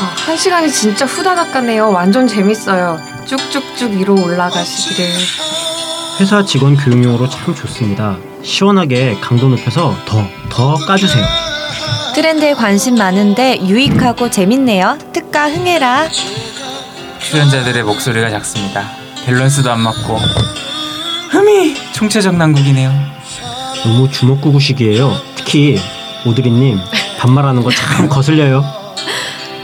아, 한 시간이 진짜 후다닥 가네요. 완전 재밌어요. 쭉쭉쭉 위로 올라가시기를. 회사 직원 교육용으로 참 좋습니다. 시원하게 강도 높여서 더, 더 까주세요. 트렌드에 관심 많은데 유익하고 재밌네요. 특가 흥해라. 출연자들의 목소리가 작습니다. 밸런스도 안 맞고 흠이 총체적 난국이네요. 너무 주먹구구식이에요. 특히 오드리님 반말하는 거 참 거슬려요.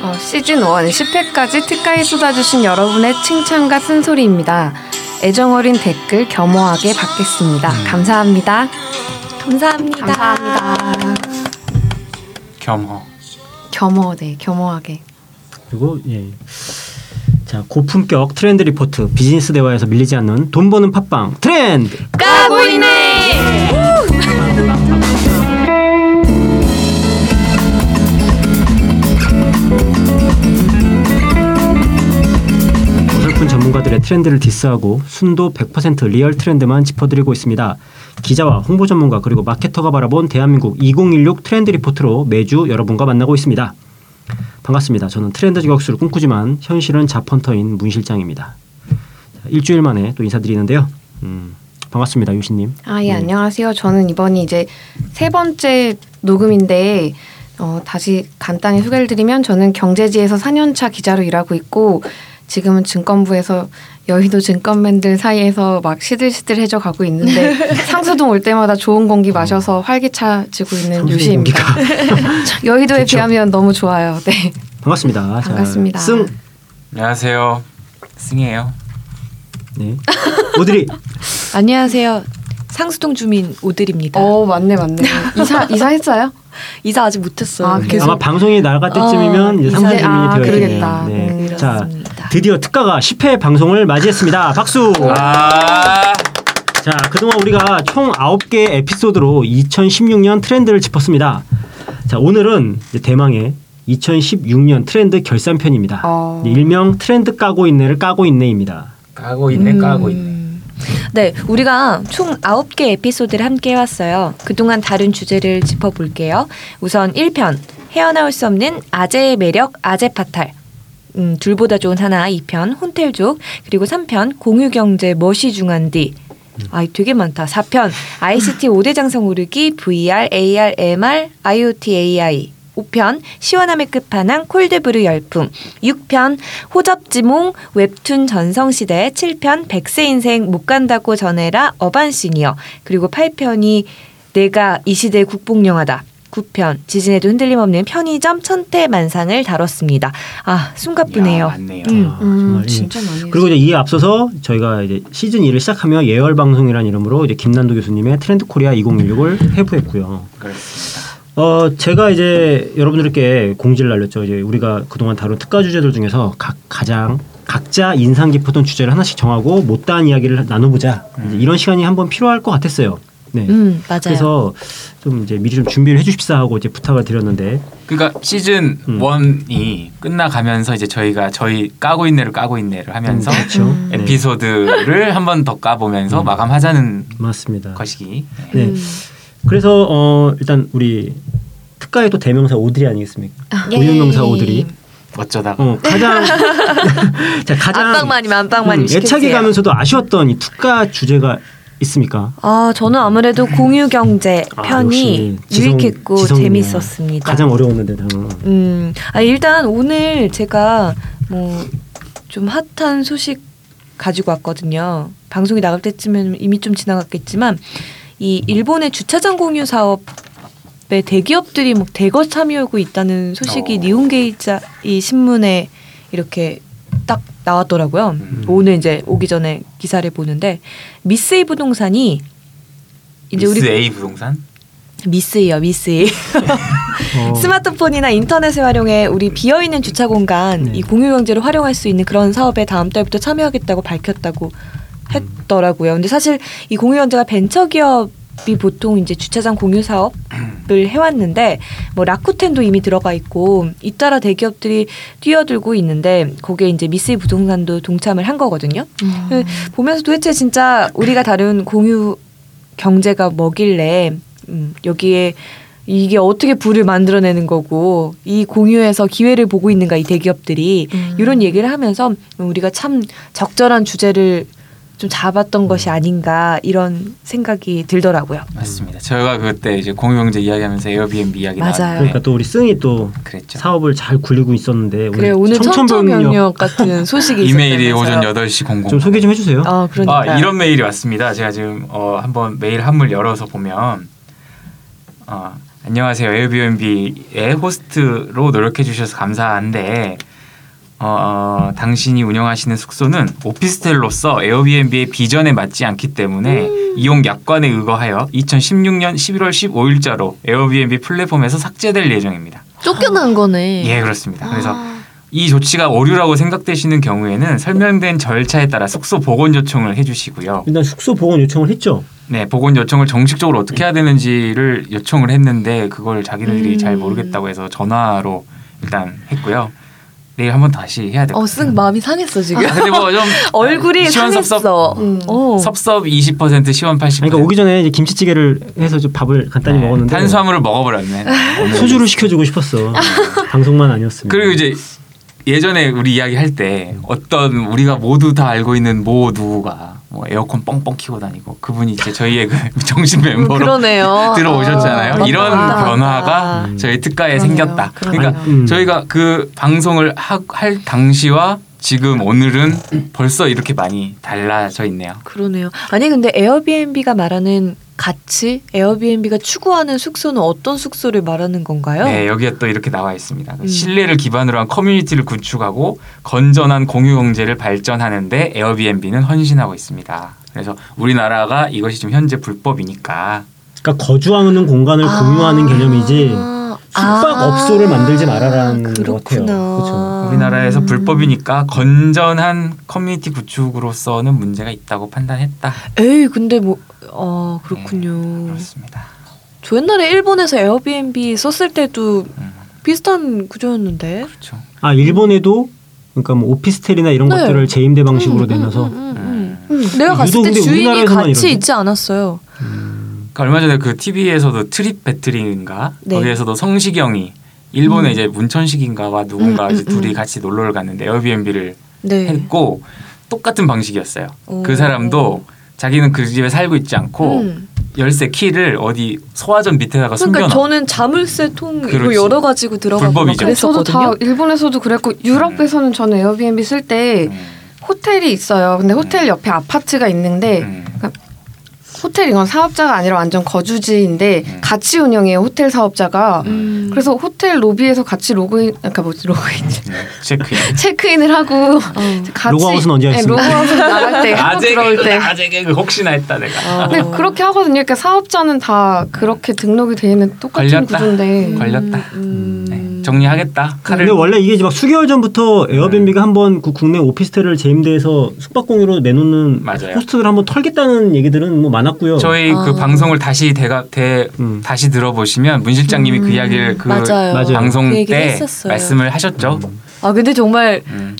어, 시즌 1 10회까지 특가에 쏟아주신 여러분의 칭찬과 쓴소리입니다. 애정 어린 댓글 겸허하게 받겠습니다. 감사합니다. 감사합니다. 감사합니다. 겸허. 겸허, 네, 겸허하게. 그리고 예. 자 고품격 트렌드 리포트 비즈니스 대화에서 밀리지 않는 돈 버는 팟빵 트렌드 까보이네! 어설픈 전문가들의 트렌드를 디스하고 순도 100% 리얼 트렌드만 짚어드리고 있습니다. 기자와 홍보 전문가 그리고 마케터가 바라본 대한민국 2016 트렌드 리포트로 매주 여러분과 만나고 있습니다. 반갑습니다. 저는 트렌드 저격수를 꿈꾸지만 현실은 자펀터인 문 실장입니다. 자, 일주일 만에 또 인사드리는데요. 음, 반갑습니다, 유신님. 아, 예, 네. 안녕하세요. 저는 이번이 이제 세 번째 녹음인데, 어, 다시 간단히 소개를 드리면 저는 경제지에서 4년차 기자로 일하고 있고, 지금은 증권부에서 여의도 증권맨들 사이에서 막 시들시들해져 가고 있는데, 상수동 올 때마다 좋은 공기 마셔서 활기차지고 있는 어. 상수동 네, 유시입니다. 여의도에 좋죠. 비하면 너무 좋아요. 네. 반갑습니다. 자, 반갑습니다. 승 안녕하세요. 승이에요. 네. 오드리 안녕하세요. 상수동 주민 오들입니다. 어, 맞네, 맞네. 이사, 이사했어요? 이사 아직 못했어요. 아, 계속- 네, 아마 방송이 나갈 때쯤이면 어, 이제 이제- 상승 주민이 아, 되어있겠네요. 그러겠다. 네. 음, 자, 그렇습니다. 드디어 특가가 10회 방송을 맞이했습니다. 박수. 아 자, 그동안 우리가 총 9개의 에피소드로 2016년 트렌드를 짚었습니다. 자, 오늘은 이제 대망의 2016년 트렌드 결산편입니다. 어. 이제 일명 트렌드 까고 있네를 까고 있네입니다. 까고 있네 까고 있네. 네, 우리가 총 9개 에피소드를 함께 해왔어요. 그동안 다른 주제를 짚어볼게요. 우선 1편, 헤어나올 수 없는 아재의 매력, 아재 파탈. 음, 둘보다 좋은 하나, 2편, 혼텔족, 그리고 3편, 공유경제 멋이 중한 뒤. 아이 되게 많다. 4편, ICT 5대 장성 오르기, VR, AR, MR, IoT, AI. 5편 시원함의 끝판왕 콜드브루 열풍 6편 호접지몽 웹툰 전성시대 7편 백세 인생 못 간다고 전해라 어반시니어 그리고 8편이 내가 이 시대의 국뽕영화다 9편 지진에도 흔들림 없는 편의점 천태만상을 다뤘습니다 아 야, 숨가쁘네요 음. 맞네요. 음, 아, 정말 이- 많이 그리고 이제 이에 앞서서 저희가 이제 시즌 2를 시작하며 예열 방송이라는 이름으로 이제 김난도 교수님의 트렌드 코리아 2016을 회부했고요. 그렇습니다. 어 제가 이제 여러분들께 공지를 날렸죠. 이제 우리가 그동안 다룬 특가 주제들 중에서 각 가장 각자 인상 깊었던 주제를 하나씩 정하고 못다한 이야기를 나눠보자. 이제 이런 시간이 한번 필요할 것 같았어요. 네. 음 맞아요 그래서 좀 이제 미리 좀 준비를 해주십사 하고 이제 부탁을 드렸는데 그러니까 시즌 음. 원이 끝나가면서 이제 저희가 저희 까고 있네를 까고 있네를 하면서 그렇죠. 음. 네. 음. 에피소드를 한 번 더 까보면서 마감하자는 맞습니다. 것이기. 네. 네. 음. 그래서 어 일단 우리 특가의 또 대명사 오드리 아니겠습니까? 예. 고유명사 오드리. 어쩌다가 어 가장 자 가장 안방만이면 안방만이면 음, 애착이 시키세요. 가면서도 아쉬웠던 이 특가 주제가 있습니까? 아 저는 아무래도 공유 경제 아, 편이 역시 지성- 유익했고 지성이네요. 재밌었습니다. 가장 어려웠는데 당연. 음, 아 일단 오늘 제가 뭐 좀 핫한 소식 가지고 왔거든요. 방송이 나갈 때쯤에는 이미 좀 지나갔겠지만 이 일본의 주차장 공유 사업에 대기업들이 막 대거 참여하고 있다는 소식이 어. 니온게이자 이 신문에 이렇게 딱 나왔더라고요. 음. 오늘 이제 오기 전에 기사를 보는데 미쓰이 부동산이 이제 미스 우리 그 A 부동산 미쓰이요 미쓰이 어, 스마트폰이나 인터넷을 활용해 우리 비어 있는 주차 공간 네. 이 공유 경제로 활용할 수 있는 그런 사업에 다음 달부터 참여하겠다고 밝혔다고 했더라고요. 근데 사실 이 공유 경제가 벤처 기업이 보통 이제 주차장 공유 사업을 해왔는데 뭐 라쿠텐도 이미 들어가 있고 잇따라 대기업들이 뛰어들고 있는데 거기에 이제 미쓰이 부동산도 동참을 한 거거든요. 그 음. 보면서 도대체 진짜 우리가 다룬 공유 경제가 뭐길래 음, 여기에 이게 어떻게 부를 만들어내는 거고 이 공유에서 기회를 보고 있는가 이 대기업들이 음. 이런 얘기를 하면서 우리가 참 적절한 주제를 좀 잡았던 것이 아닌가 이런 생각이 들더라고요. 맞습니다. 저희가 그때 이제 공유경제 이야기하면서 에어비앤비 이야기 맞아요. 나왔는데 그러니까 또 우리 승이 또 그랬죠. 사업을 잘 굴리고 있었는데 그렇죠. 그래 오늘 청천벽력 청천벽력 같은 소식이 이메일이 오전 있었다면서요. 8시 00. 좀 소개 좀 해주세요. 아 그러니까 아, 이런 메일이 왔습니다. 제가 지금 어, 한번 메일 한물 열어서 보면 어, 안녕하세요. 에어비앤비의 호스트로 노력해 주셔서 감사한데 어, 어, 당신이 운영하시는 숙소는 오피스텔로서 에어비앤비의 비전에 맞지 않기 때문에 음. 이용 약관에 의거하여 2016년 11월 15일자로 에어비앤비 플랫폼에서 삭제될 예정입니다. 쫓겨난 거네. 예, 그렇습니다. 그래서 아. 아, 이 조치가 오류라고 생각되시는 경우에는 설명된 절차에 따라 숙소 복원 요청을 해주시고요. 일단 숙소 보건 요청을 했죠. 네, 보건 요청을 정식적으로 어떻게 해야 되는지를 요청을 했는데 그걸 자기들이 음. 잘 모르겠다고 해서 전화로 일단 했고요. 내일 한번 다시 해야 될 것 같아요. 어쓱 마음이 상했어 지금. 아, 근데 뭐 좀 얼굴이 상했어. 음. 어. 섭섭 20% 시원 80%. 네. 그러니까 오기 전에 이제 김치찌개를 해서 좀 밥을 간단히 네, 먹었는데 탄수화물을 먹어버렸네. 오늘. 소주를 시켜주고 싶었어. 방송만 아니었으면. 그리고 이제 예전에 우리 이야기 할 때 어떤 우리가 모두 다 알고 있는 모 누구가 뭐 에어컨 뻥뻥 키고 다니고 그분이 이제 저희의 그 정신 멤버로 음, 그러네요. 들어오셨잖아요. 아, 이런 맞다. 변화가 음. 저희 특가에 그러네요. 생겼다. 그러니 그러네요. 까 음. 저희가 그 방송을 하- 할 당시와 지금 오늘은 벌써 이렇게 많이 달라져 있네요. 어, 그러네요. 아니 근데 에어비앤비가 말하는 가치, 에어비앤비가 추구하는 숙소는 어떤 숙소를 말하는 건가요? 네, 여기에 또 이렇게 나와 있습니다. 음. 신뢰를 기반으로 한 커뮤니티를 구축하고 건전한 공유 경제를 발전하는데 에어비앤비는 헌신하고 있습니다. 그래서 우리나라가 이것이 지금 현재 불법이니까 그러니까 거주하는 아. 공간을 아. 공유하는 개념이지 숙박업소를 만들지 말아라라는 것 그렇구나. 같아요. 그렇죠. 우리나라에서 음. 불법이니까 건전한 커뮤니티 구축으로서는 문제가 있다고 판단했다. 에이 근데 뭐어 아, 그렇군요. 네, 그렇습니다. 저 옛날에 일본에서 에어비앤비 썼을 때도 음, 비슷한 구조였는데. 그렇죠. 아 일본에도 그러니까 뭐 오피스텔이나 이런 네. 것들을 재임대 방식으로 음, 내놔서 네. 음, 음, 음, 음. 음. 음. 내가 갔을 유독 때 근데 주인이 우리나라에서만 같이 이러지. 있지 않았어요. 그러니까 얼마 전에 그 TV에서도 트립 배틀인가 네. 거기에서도 성시경이 일본의 이제 문천식인가와 누군가 음, 이제 음, 둘이 음. 같이 놀러를 갔는데 에어비앤비를 네. 했고 똑같은 방식이었어요. 오. 그 사람도 자기는 그 집에 살고 있지 않고 음. 열쇠 키를 어디 소화전 그러니까 밑에다가 아, 숨겨놔. 저는 자물쇠 통 이거 그렇지. 열어 가지고 들어가고 막 불법이죠. 그랬었거든요. 저도 다 일본에서도 그랬고 유럽에서는 저는 에어비앤비 쓸 때 음, 호텔이 있어요. 근데 호텔 옆에 아파트가 네. 있는데 음. 호텔 이건 사업자가 아니라 완전 거주지인데 음. 같이 운영해요 호텔 사업자가. 음. 그래서 호텔 로비에서 같이 로그인, 그러니까 뭐지 로그인 음, 체크인. 네, 체크인을 하고 어. 같이 로그아웃은 언제 네, 하겠습니까? 로그아웃은 나갈 때, 하고 아재 들어올 개그, 때. 아재 개그 혹시나 했다 아, 내가. 네, 그렇게 하거든요. 그러니까 사업자는 다 그렇게 등록이 돼 있는 똑같은 걸렸다. 구조인데. 걸렸다. 음. 네, 정리하겠다. 칼을 네. 근데 원래 이게 이제 막 수개월 전부터 에어비앤비가 한번 그 국내 오피스텔을 재임대해서 숙박 공유로 내놓는 맞아요. 호스트를 한번 털겠다는 얘기들은 뭐 많았고요. 저희 아. 그 방송을 다시 대가 대 음. 다시 들어보시면 문 실장님이 그 이야기를 음. 그 맞아요. 맞아요. 음. 방송 그 얘기를 때 했었어요. 말씀을 하셨죠. 아 근데 정말 음.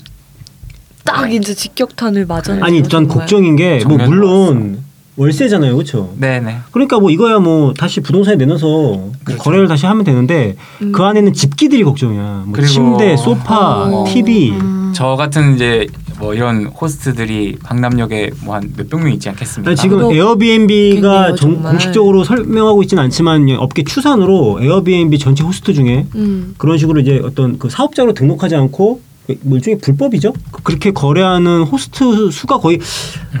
딱 이제 직격탄을 맞았네요. 아니 전 정말. 걱정인 게 뭐 정면 물론 월세잖아요, 그렇죠? 네네. 그러니까 뭐 이거야 뭐 다시 부동산에 내놔서 뭐 그렇죠. 거래를 다시 하면 되는데 음. 그 안에는 집기들이 걱정이야. 뭐 그리고- 침대, 소파, 어. TV. 음. 저 같은 이제 뭐 이런 호스트들이 강남역에 뭐 한 몇 백 명 있지 않겠습니까? 아니, 그러니까 지금 그거 에어비앤비가 웃기네요, 정- 정말. 공식적으로 설명하고 있지는 않지만 업계 추산으로 에어비앤비 전체 호스트 중에 음. 그런 식으로 이제 어떤 그 사업자로 등록하지 않고 뭐 일종의 불법이죠. 그- 그렇게 거래하는 호스트 수가 거의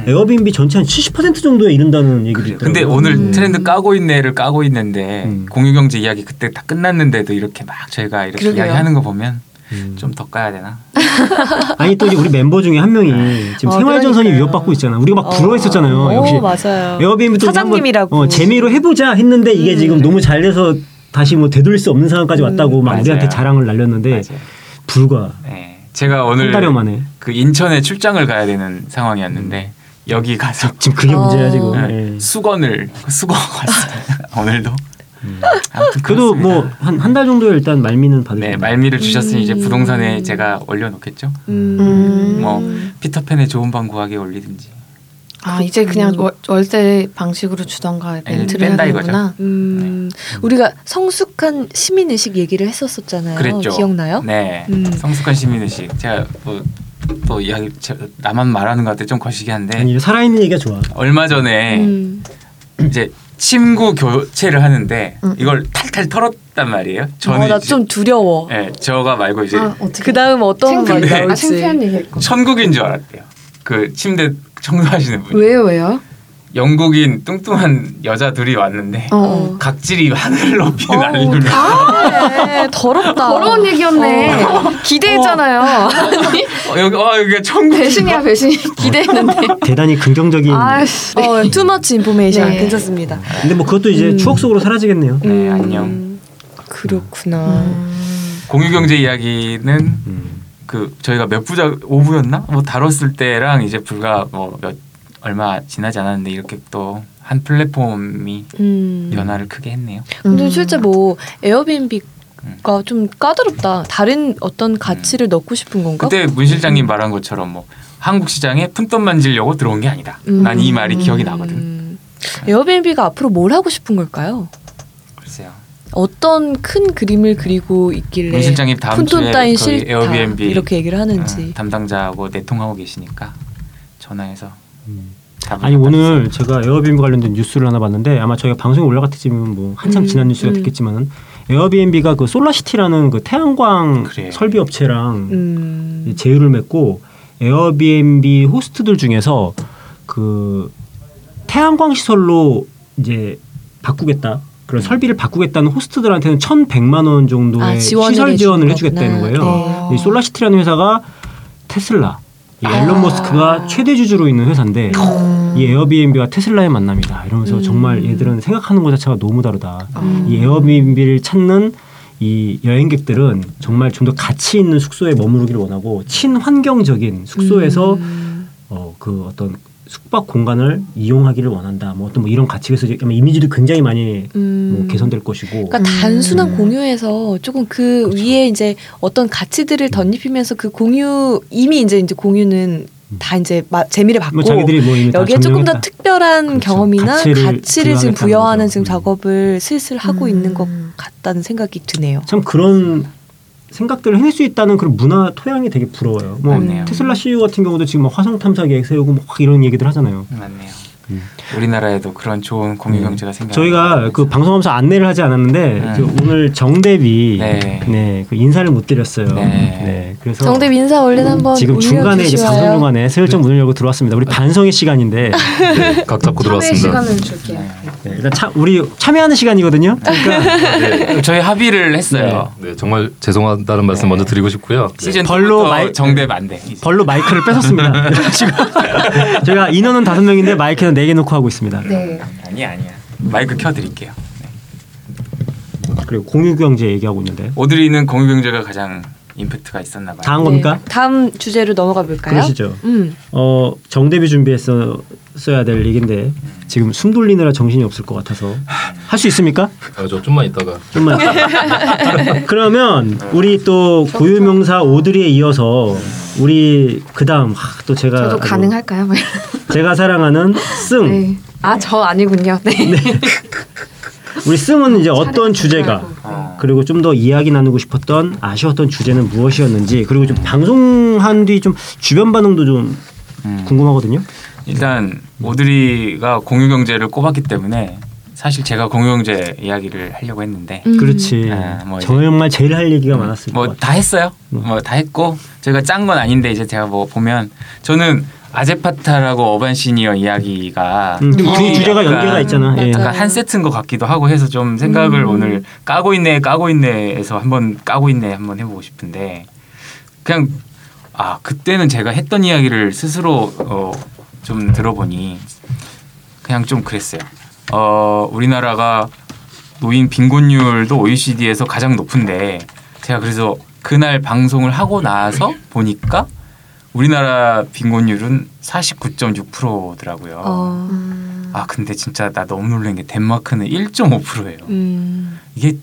에어비앤비 전체 한 70% 정도에 이른다는 얘기도 있더라고요. 음. 네. 근데 오늘 음. 트렌드 까고 있네를 까고 있는데 음. 공유경제 이야기 그때 다 끝났는데도 이렇게 막 저희가 이렇게 그러게요. 이야기하는 거 보면 음. 좀 더 까야 되나? 아니 또 이제 우리 멤버 중에 한 명이 네. 지금 어, 생활전선이 그러니까요. 위협받고 있잖아. 우리가 막 부러워했었잖아요. 어, 역시 맞아요. 에어비앤비도 우리 한번, 사장님이라고. 음. 어, 재미로 해보자 했는데 이게 지금 너무 잘 돼서 다시 뭐 되돌릴 수 없는 상황까지 왔다고 막 맞아요. 우리한테 자랑을 날렸는데 맞아요. 불과 네. 제가 네. 한 오늘 달여 만에 그 인천에 출장을 가야 되는 상황이었는데 음. 여기 가서 지금 그게 어. 문제야 지금. 네, 예. 수건을 그 수거 왔어요 오늘도. 음. 아무튼 그래도 그렇습니다. 뭐 한 한 달 정도에 일단 말미는 받을 네 겁니다. 말미를 주셨으니 이제 음. 부동산에 제가 올려놓겠죠. 음. 음. 뭐 피터팬의 좋은 방 구하기 올리든지 아 이제 그냥 월, 월세 방식으로 주던가 아니, 렌트를 뺀다 하는구나. 음, 네. 우리가 성숙한 시민 의식 얘기를 했었었잖아요. 그랬죠. 어, 기억나요? 네. 음. 성숙한 시민의식. 제가 뭐, 또 이야기 제- 나만 말하는 것 같아 좀 거시기 한데 아니 살아있는 얘기가 좋아. 얼마 전에 음, 이제 친구 교체를 하는데 음. 이걸 탈탈 털었단 말이에요. 저는 어, 이제- 나좀 두려워. 예, 저가 말고 이제 아 어떻게? 그 다음 어떤 창피한- 말이 네. 아, 나올지. 창피한 얘기했고. 천국인 줄 알았대요. 그 침대 청소하시는 분. 왜요 왜요? 영국인 뚱뚱한 여자 둘이 왔는데 어. 어. 각질이 하늘 높이 어우, 날리는 아, 더럽다. 더러운 얘기였네. 기대했잖아요. 어, 여기 어 여기가 천국 배신이야 배신. 기대했는데. 대단히 음. 긍정적인. 아씨. 네. 어, 투머치 인포메이션 네. 괜찮습니다. 근데 뭐 그것도 이제 음. 추억 속으로 사라지겠네요. 네, 음, 안녕. 음. 그렇구나. 음. 공유 경제 이야기는 음. 그 저희가 몇 부작 5부였나? 뭐 다뤘을 때랑 이제 불과 뭐 몇 얼마 지나지 않았는데 이렇게 또 한 플랫폼이 음. 변화를 크게 했네요. 근데 음. 실제 뭐 에어비앤비가 좀 까다롭다. 다른 어떤 가치를 넣고 싶은 건가? 음. 그때 문 실장님 말한 것처럼 뭐 한국 시장에 푼돈 만지려고 들어온 게 아니다. 음. 난 이 말이 기억이 나거든. 네. 음. 에어비앤비가 앞으로 뭘 하고 싶은 걸까요? 글쎄요. 어떤 큰 그림을 그리고 있길래 문 실장님 다음 주에 푼돈 따윈 저희 싫다 에어비앤비 이렇게 얘기를 어, 하는지 담당자하고 내통하고 계시니까 전화해서 음. 답을 아니 갖다 주세요. 오늘 제가 에어비앤비 관련된 뉴스를 하나 봤는데 아마 저희가 방송에 올라갈 때쯤이면 뭐 한참 음, 지난 뉴스가 음. 됐겠지만은 에어비앤비가 그 솔라시티라는 그 태양광 그래. 설비 업체랑 음. 제휴를 맺고 에어비앤비 호스트들 중에서 그 태양광 시설로 이제 바꾸겠다. 그런 설비를 바꾸겠다는 호스트들한테는 1,100만 원 정도의 아, 지원을 시설 해주는 지원을 거구나. 해주겠다는 거예요. 네. 이 솔라시티라는 회사가 테슬라, 이 아. 어. 앨런 머스크가 최대 주주로 있는 회사인데 이 에어비앤비와 테슬라의 만남이다. 이러면서 음. 정말 얘들은 생각하는 것 자체가 너무 다르다. 어. 음. 이 에어비앤비를 찾는 이 여행객들은 정말 좀 더 가치 있는 숙소에 머무르기를 원하고 친환경적인 숙소에서 네. 음. 어, 그 어떤 숙박 공간을 이용하기를 원한다. 뭐 어떤 뭐 이런 가치에서 아마 이미지도 굉장히 많이 음. 뭐 개선될 것이고 그러니까 음. 단순한 공유에서 조금 그 그렇죠. 위에 이제 어떤 가치들을 덧입히면서 그 공유 이미 이제 이제 공유는 다 이제 마, 재미를 음. 받고 뭐 자기들이 뭐 이미 다 여기에 조금 더 점령했다. 특별한 그렇죠. 경험이나 가치를 가치를, 부여하겠다는 지금 부여하는 거죠. 지금 음. 작업을 슬슬 하고 음. 있는 것 같다는 생각이 드네요. 참 그런 생각들을 해낼 수 있다는 그런 문화 토양이 되게 부러워요. 뭐 맞네요. 테슬라 CEO 같은 경우도 지금 막 화성 탐사 계획 세우고 막 이런 얘기들 하잖아요. 맞네요. 음. 우리나라에도 그런 좋은 공유 경제가 생겨. 저희가 그 방송하면서 안내를 하지 않았는데 네. 저 오늘 정대비 네. 네. 그 인사를 못 드렸어요. 네. 네. 그래서 음, 정대 인사 얼른 한번 지금 중간에 이제 올려주시와요. 방송 중간에 네. 슬쩍 문을 열고 들어왔습니다. 우리 반성의 시간인데 네, 각 잡고 참회 들어왔습니다. 시간을 줄게요. 네, 일단 참 우리 참여하는 시간이거든요. 그러니까 네, 저희 합의를 했어요. 네, 정말 죄송하다는 말씀 네. 먼저 드리고 싶고요. 시즌 벌로 2부터 말- 정대 반대. 벌로 마이크를 뺏었습니다. 지금 저희가 인원은 다섯 명인데 마이크는 네 개 놓고 하고 있습니다. 네. 아니 아니야. 마이크 켜드릴게요. 아, 그리고 공유 경제 얘기하고 있는데 오드리는 공유 경제가 가장 임팩트가 있었나 봐요. 다음 네. 겁니까? 다음 주제로 넘어가 볼까요? 그러시죠. 음. 어 정대비 준비해서 써야 될 얘긴데 지금 숨 돌리느라 정신이 없을 것 같아서 할 수 있습니까? 아, 저 좀만 있다가 좀만. 그러면 우리 또 고유명사 오드리에 이어서 우리 그다음 하, 또 제가 저도 아주 가능할까요? 제가 사랑하는 승 네. 아저 아니군요. 네. 우리 승은 이제 차례 어떤 주제가 차례하고. 어. 그리고 좀 더 이야기 나누고 싶었던 아쉬웠던 주제는 무엇이었는지 그리고 좀 방송한 뒤 좀 주변 반응도 좀 음. 궁금하거든요. 일단 오드리가 공유 경제를 꼽았기 때문에 사실 제가 공유 경제 이야기를 하려고 했는데 음. 그렇지. 아, 뭐 이제- 정말 제일 할 얘기가 많았을 뭐 것 다 같아요. 했어요. 음. 뭐 다 했고 저희가 짠 건 아닌데 이제 제가 뭐 보면 저는 아제파타라고 어반 시니어 이야기가 음, 그 이게 주제가 약간 연계가 있잖아. 예. 맞아. 약간 한 세트인 것 같기도 하고 해서 좀 생각을 음. 오늘 까고 있네 까고 있네에서 한번 까고 있네 한번 해보고 싶은데 그냥 아 그때는 제가 했던 이야기를 스스로 어, 좀 들어보니 그냥 좀 그랬어요. 어 우리나라가 노인 빈곤율도 OECD에서 가장 높은데 제가 그래서 그날 방송을 하고 나서 보니까 우리나라 빈곤율은 49.6%더라고요. 어. 음. 아 근데 진짜 나 너무 놀란 게 덴마크는 1.5%예요. 음. 이게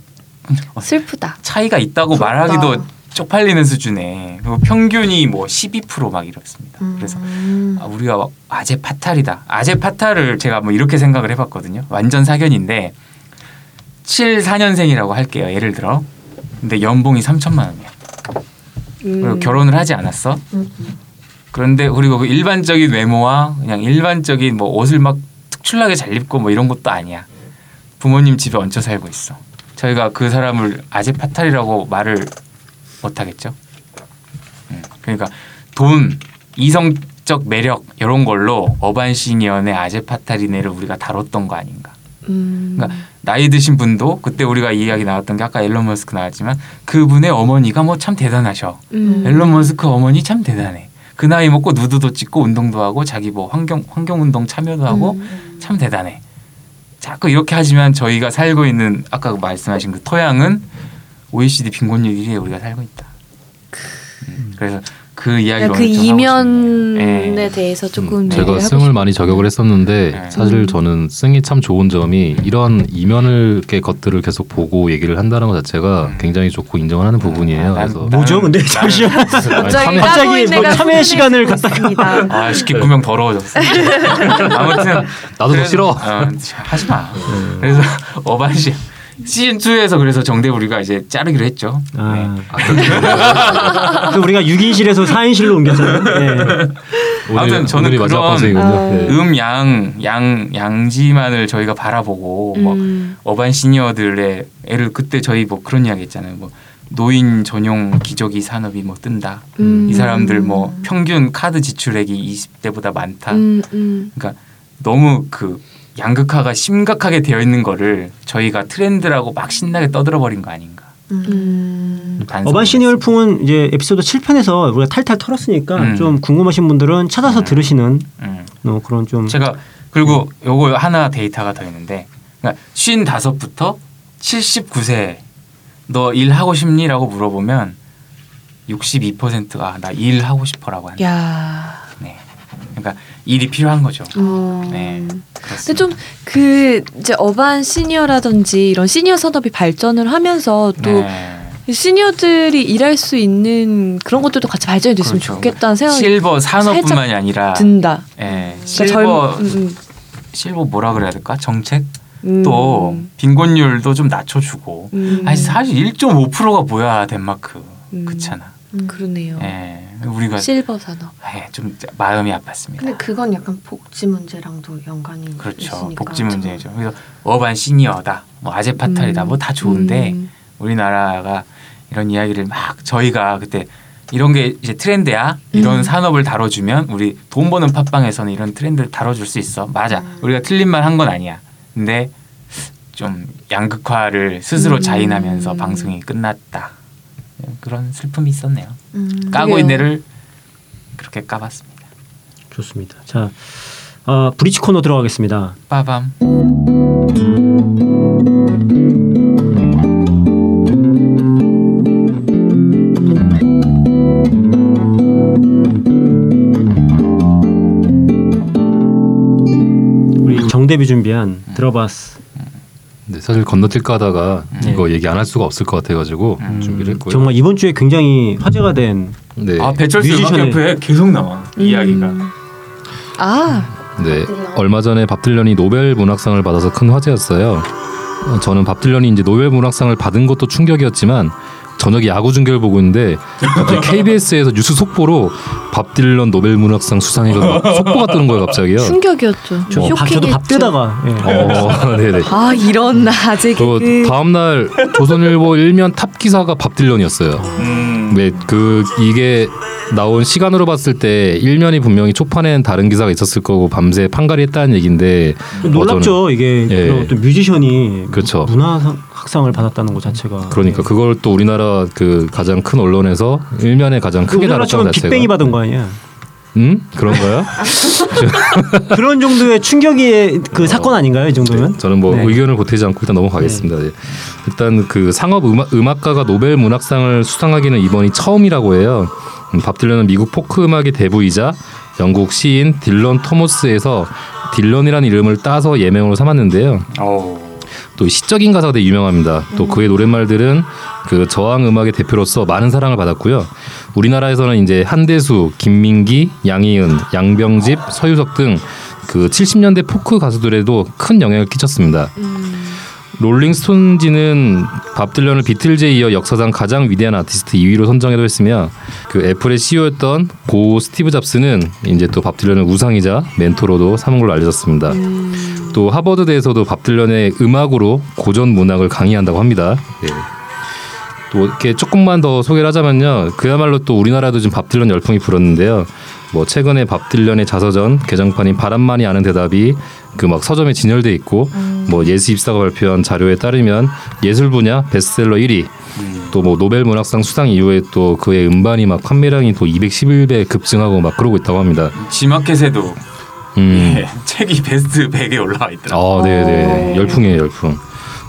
슬프다. 차이가 있다고 말하기도 쪽팔리는 수준에 그리고 평균이 뭐 12%막 이렇습니다. 그래서 음. 아, 우리가 막 아재 파탈이다. 아재 파탈을 제가 뭐 이렇게 생각을 해봤거든요. 완전 사견인데 7, 4년생이라고 할게요. 예를 들어. 근데 연봉이 3천만 원이야. 그리고 음. 어, 결혼을 하지 않았어. 음. 그런데 그리고 그 일반적인 외모와 그냥 일반적인 뭐 옷을 막 특출나게 잘 입고 뭐 이런 것도 아니야. 부모님 집에 얹혀 살고 있어. 저희가 그 사람을 아재 파탈이라고 말을 못 하겠죠. 음, 그러니까 돈, 이성적 매력 이런 걸로 어반시니언의 아재 파탈이네를 우리가 다뤘던 거 아닌가. 음. 그러니까 나이 드신 분도 그때 우리가 이야기 나왔던 게 아까 앨런 머스크 나왔지만 그분의 어머니가 뭐 참 대단하셔. 음. 앨런 머스크 어머니 참 대단해. 그 나이 먹고 누드도 찍고 운동도 하고 자기 뭐 환경 환경 운동 참여도 하고 음. 참 대단해. 자꾸 이렇게 하지만 저희가 살고 있는 아까 그 말씀하신 그 토양은 OECD 빈곤율 1위에 우리가 살고 있다. 음, 그래서 그 이야기를 그 오늘 좀 하고 이면에 싶네요. 예. 대해서 조금 제가 얘기를 하고 승을 많이 저격을 했었는데 네. 사실 저는 승이 참 좋은 점이 이런 이면을 게 것들을 계속 보고 얘기를 한다는 것 자체가 음. 굉장히 좋고 인정을 하는 부분이에요. 아, 난- 그래서 난- 뭐죠? 근데 잠시만. 아니, 갑자기 참여- 깜- 갑자기 뭐 내가 참여 시간을 쓰고 갖다가 있습니다. 아, 19명 더러워졌어. 아무튼 네. 나도 더 그래서- 싫어. 음. 어, 하지 마. 그래서 어반시 시즌 2에서 그래서 정대 우리가 이제 자르기로 했죠. 네. 아, 아, 그렇군요. 그렇죠. 그 우리가 6인실에서 네. 4인실로 옮겼잖아요. 아무튼 저는 오늘이 마지막 그런- 방송이군요. 아. 네. 음양 양 양지만을 저희가 바라보고 뭐 음. 어반 시니어들의 애를 그때 저희 뭐 그런 이야기 했잖아요. 뭐 노인 전용 기저귀 산업이 뭐 뜬다. 음. 이 사람들 뭐 평균 카드 지출액이 20대보다 많다. 음, 음. 그러니까 너무 그 양극화가 심각하게 되어 있는 거를 저희가 트렌드라고 막 신나게 떠들어 버린 거 아닌가. 음. 반성을 어반 했습니다. 시니얼풍은 이제 에피소드 7편에서 우리가 탈탈 털었으니까 음. 좀 궁금하신 분들은 찾아서 음. 네. 들으시는 음. 어, 그런 좀 제가 그리고 요거 하나 데이터가 더 있는데 그러니까 55부터 79세 너 일하고 싶니라고 물어보면 62%가 나 일하고 싶어라고 한다. 야. 네. 그러니까 일이 필요한 거죠. 어. 네. 근데 좀 그 이제 어반 시니어라든지 이런 시니어 산업이 발전을 하면서 또 네. 시니어들이 일할 수 있는 그런 것들도 같이 발전이 됐으면 그렇죠. 좋겠다는 생각이 실버 산업뿐만이 아니라 든다. 예, 그러니까 실버 젊- 음, 실버 뭐라 그래야 될까? 정책 음. 또 빈곤율도 좀 낮춰주고 음. 아니 사실 1.5%가 뭐야 덴마크 음. 그렇잖아. 어. 그러네요. 예, 우리가 실버 산업. 예, 좀 마음이 아팠습니다. 근데 그건 약간 복지 문제랑도 연관이 그렇죠. 있으니까 복지 문제죠. 그래서 어반 시니어다, 뭐 아재 파탈이다, 음. 뭐 다 좋은데 음. 우리나라가 이런 이야기를 막 저희가 그때 이런 게 이제 트렌드야. 이런 음. 산업을 다뤄주면 우리 돈 버는 팟빵에서는 이런 트렌드를 다뤄줄 수 있어. 맞아. 음. 우리가 틀린 말 한 건 아니야. 근데 좀 양극화를 스스로 음. 자인하면서 방송이 끝났다. 그런 슬픔이 있었네요. 음. 까고 그래요. 있는 애를 그렇게 까봤습니다. 좋습니다. 자, 아, 브릿지 코너 들어가겠습니다. 빠밤. 네. 우리 정대비 준비한 들어봤어. 네, 사실 건너뛸까 하다가 네. 이거 얘기 안 할 수가 없을 것 같아가지고 음. 준비를 했고요. 정말 이번 주에 굉장히 화제가 된 네, 아 배철수 뮤지션의- 음악협회에 계속 나와 이 이야기가. 음. 아, 네, 얼마 전에 밥딜런이 노벨 문학상을 받아서 큰 화제였어요. 어, 저는 밥딜런이 이제 노벨 문학상을 받은 것도 충격이었지만 저녁에 야구 중계를 보고 있는데 갑자기 KBS에서 뉴스 속보로 밥딜런 노벨 문학상 수상회가 막 속보가 뜨는 거예요, 갑자기요. 충격이었죠. 음. 저도 밥, 저도 밥 뜨다가 예. 어, 네네. 아, 이런 아재 그리고 개그. 다음 날 조선일보 일면 탑 기사가 밥딜런이었어요. 음. 네, 그 이게 나온 시간으로 봤을 때 일면이 분명히 초판엔 다른 기사가 있었을 거고 밤새 판가리 했다는 얘기인데 어, 좀 놀랍죠 이게 예. 그런 어떤 뮤지션이 그렇죠. 문화학상을 받았다는 것 자체가 예. 그러니까 그걸 또 우리나라 그 가장 큰 언론에서 일면에 가장 크게 다뤘다는 우리나라처럼 자체가 빅뱅이 아, 받은 거 아니야 음 그런가요? 그런 정도의 충격의 그 사건 아닌가요 이 정도면 저는 뭐 네. 의견을 보태지 않고 일단 넘어가겠습니다. 예. 일단 그 상업 음악, 음악가가 노벨 문학상을 수상하기는 이번이 처음이라고 해요. 음, 밥 딜런은 미국 포크 음악의 대부이자 영국 시인 딜런 토머스에서 딜런이라는 이름을 따서 예명으로 삼았는데요. 어. 또 시적인 가사가 되게 유명합니다. 또 그의 노랫말들은 그 저항 음악의 대표로서 많은 사랑을 받았고요. 우리나라에서는 이제 한대수, 김민기, 양희은, 양병집, 서유석 등 그 70년대 포크 가수들에도 큰 영향을 끼쳤습니다. 롤링스톤지는 밥 딜런을 비틀즈에 이어 역사상 가장 위대한 아티스트 2위로 선정해도 했으며 그 애플의 CEO였던 고 스티브 잡스는 이제 또 밥 딜런의 우상이자 멘토로도 삼은 걸로 알려졌습니다. 또 하버드대에서도 밥 딜런의 음악으로 고전 문학을 강의한다고 합니다. 네. 또 이렇게 조금만 더 소개를 하자면요. 그야말로 또 우리나라도 지금 밥 딜런 열풍이 불었는데요. 뭐 최근에 밥 딜런의 자서전 개정판인 바람만이 아는 대답이 그 막 서점에 진열돼 있고 뭐 예스24가 발표한 자료에 따르면 예술 분야 베스트셀러 1위 음. 또 뭐 노벨 문학상 수상 이후에 또 그의 음반이 막 판매량이 또 211배 급증하고 막 그러고 있다고 합니다. 지마켓에도 음. 예, 책이 베스트 100에 올라와 있더라고요. 아, 네, 네. 열풍이에요, 열풍.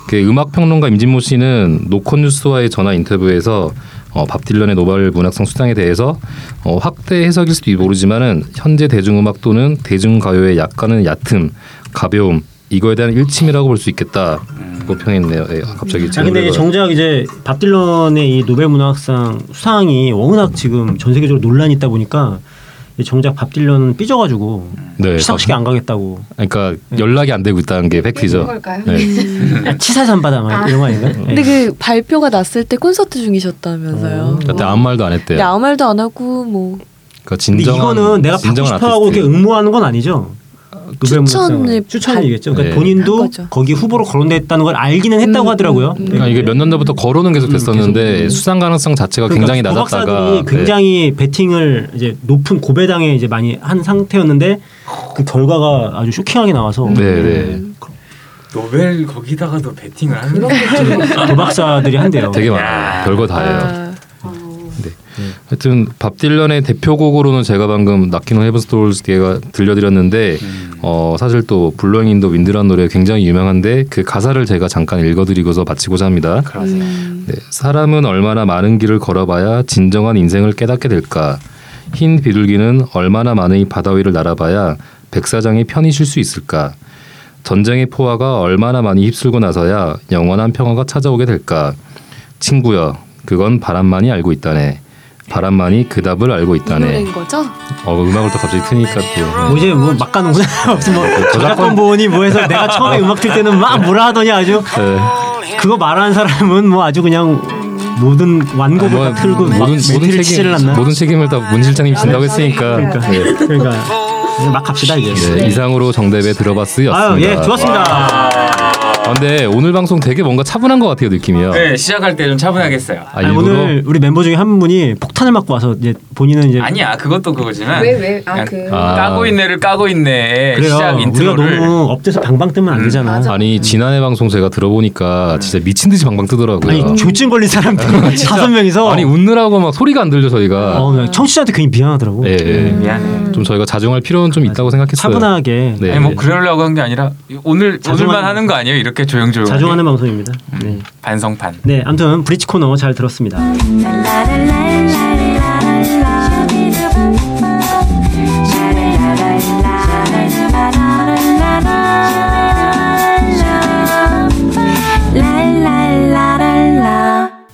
그 음악 평론가 임진모 씨는 노컷 뉴스와의 전화 인터뷰에서 어, 밥 딜런의 노벨 문학상 수상에 대해서 어, 확대 해석일 수도 모르지만은 현재 대중음악 또는 대중가요의 약간은 얕음, 가벼움 이거에 대한 일침이라고 볼 수 있겠다고 평했네요. 예, 갑자기 자, 아, 근데 이제 제목을 정작 이제 밥 딜런의 이 노벨 문학상 수상이 워낙 지금 전 세계적으로 논란이 있다 보니까 이제 정작 밥 딜런은 삐져가지고 네, 시상식에 안 가겠다고 그러니까 연락이 안 되고 있다는 게 팩트죠. 걸까요? 네. 치사해서 안 받아 막 이런 거 네. 아닌가? 근데 그 발표가 났을 때 콘서트 음, 중이셨다면서요. 그때 아무 말도 안 네, 했대요. 아무 말도 안 하고 뭐 그러니까 근데 진정한 이거는 내가 받고 진정한 싶어하고 이렇게 아티스트. 응모하는 건 아니죠. 노벨 추천을 문학상은. 추천이겠죠. 그러니까 네. 한 본인도 거죠. 거기 후보로 거론됐다는 걸 알기는 했다고 음, 하더라고요. 음, 음. 그러니까 이게 몇 년 전부터 거론은 계속 음, 됐었는데 계속, 음. 수상 가능성 자체가 그러니까 굉장히 낮았다가 네. 고박사들이 굉장히 배팅을 이제 높은 고배당에 이제 많이 한 상태였는데 그 결과가 아주 쇼킹하게 나와서 네, 네. 음. 어. 노벨 거기다가도 베팅을 하는 거. 그 고박사들이 한대요. 네, 되게 야. 많아요. 별거 다예요. 네. 아, 음. 하여튼 밥 딜런의 대표곡으로는 제가 방금 나키노 헤븐 스톨스가 들려드렸는데 음. 어, 사실 또 블로잉 인더 윈드라는 노래 굉장히 유명한데 그 가사를 제가 잠깐 읽어드리고서 마치고자 합니다. 그러세요. 네, 사람은 얼마나 많은 길을 걸어봐야 진정한 인생을 깨닫게 될까? 흰 비둘기는 얼마나 많은 이 바다 위를 날아봐야 백사장이 편히 쉴 수 있을까? 전쟁의 포화가 얼마나 많이 휩쓸고 나서야 영원한 평화가 찾아오게 될까? 친구여, 그건 바람만이 알고 있다네. 바람만이 그 답을 알고 아, 이 있다네. 노래인 거죠? 어, 음악을 또 갑자기 트니까 또. 뭐 이제 뭐 막 가는구나. 그 무슨 뭐 저작권 보호니 뭐 해서 내가 처음에 음악 들 때는 막 뭐라 하더니 아주 네. 그거 말하는 사람은 뭐 아주 그냥 모든 완곡을 뭐, 다 틀고 막 모든 멘트를 모든 치질 책임 않나. 모든 책임을 다 문 실장님 진다고 했으니까. 그러니까. 네. 그러니까 이제 막 갑시다 이제. 네, 이상으로 정답에 들어봤으였습니다. 아유 예 좋았습니다. 아, 근데 오늘 방송 되게 뭔가 차분한 것 같아요 느낌이요. 네 시작할 때 좀 차분하겠어요. 아, 어. 아니, 일부러 오늘 우리 멤버 중에 한 분이 폭탄을 맞고 와서 이제 본인은 이제 아니야 그것도 그거지만 왜, 왜? 아, 그냥 그- 아. 까고 있네를 까고 있네 그래요. 시작 우리가 인트로를 너무 업돼서 방방 뜨면 안 음, 되잖아. 네. 아니 지난해 방송 제가 들어보니까 진짜 미친 듯이 방방 뜨더라고요. 아니 음. 조증 걸린 사람들 음, 다섯 명이서 아니, 웃느라고 막 소리가 안 들려 저희가. 어, 음. 나 청취자한테 괜히 미안하더라고. 네, 예, 예. 미안해. 좀 저희가 자중할 필요는 좀 있다고 생각했어요. 차분하게 네. 아니 뭐 그러려고 한 게 아니라 오늘 자중하는- 오늘만 하는 거 아니에요? 이렇게 조용조용 자중하는 방송입니다. 음. 네. 반성판. 네, 아무튼 브릿지 코너 잘 들었습니다.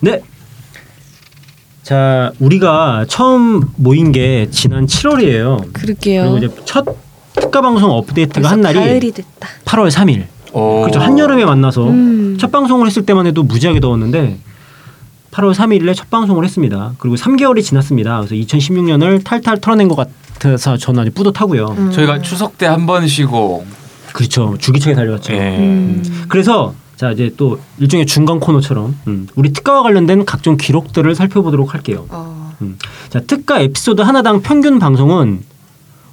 네. 자, 우리가 처음 모인 게 지난 7월이에요. 그럴게요. 그리고 이제 첫 특가 방송 업데이트가 한 날이 가을이 됐다. 8월 3일. 오. 그렇죠. 한여름에 만나서 어. 음. 첫 방송을 했을 때만 해도 무지하게 더웠는데 8월 3일에 첫 방송을 했습니다. 그리고 3개월이 지났습니다. 그래서 2016년을 탈탈 털어낸 것 같아서 저는 아주 뿌듯하고요. 음. 음. 저희가 추석 때 한 번 쉬고 그렇죠. 주기차게 달려왔죠. 예. 음. 음. 그래서 자 이제 또 일종의 중간 코너처럼 음, 우리 특가와 관련된 각종 기록들을 살펴보도록 할게요. 어, 음. 자 특가 에피소드 하나당 평균 방송은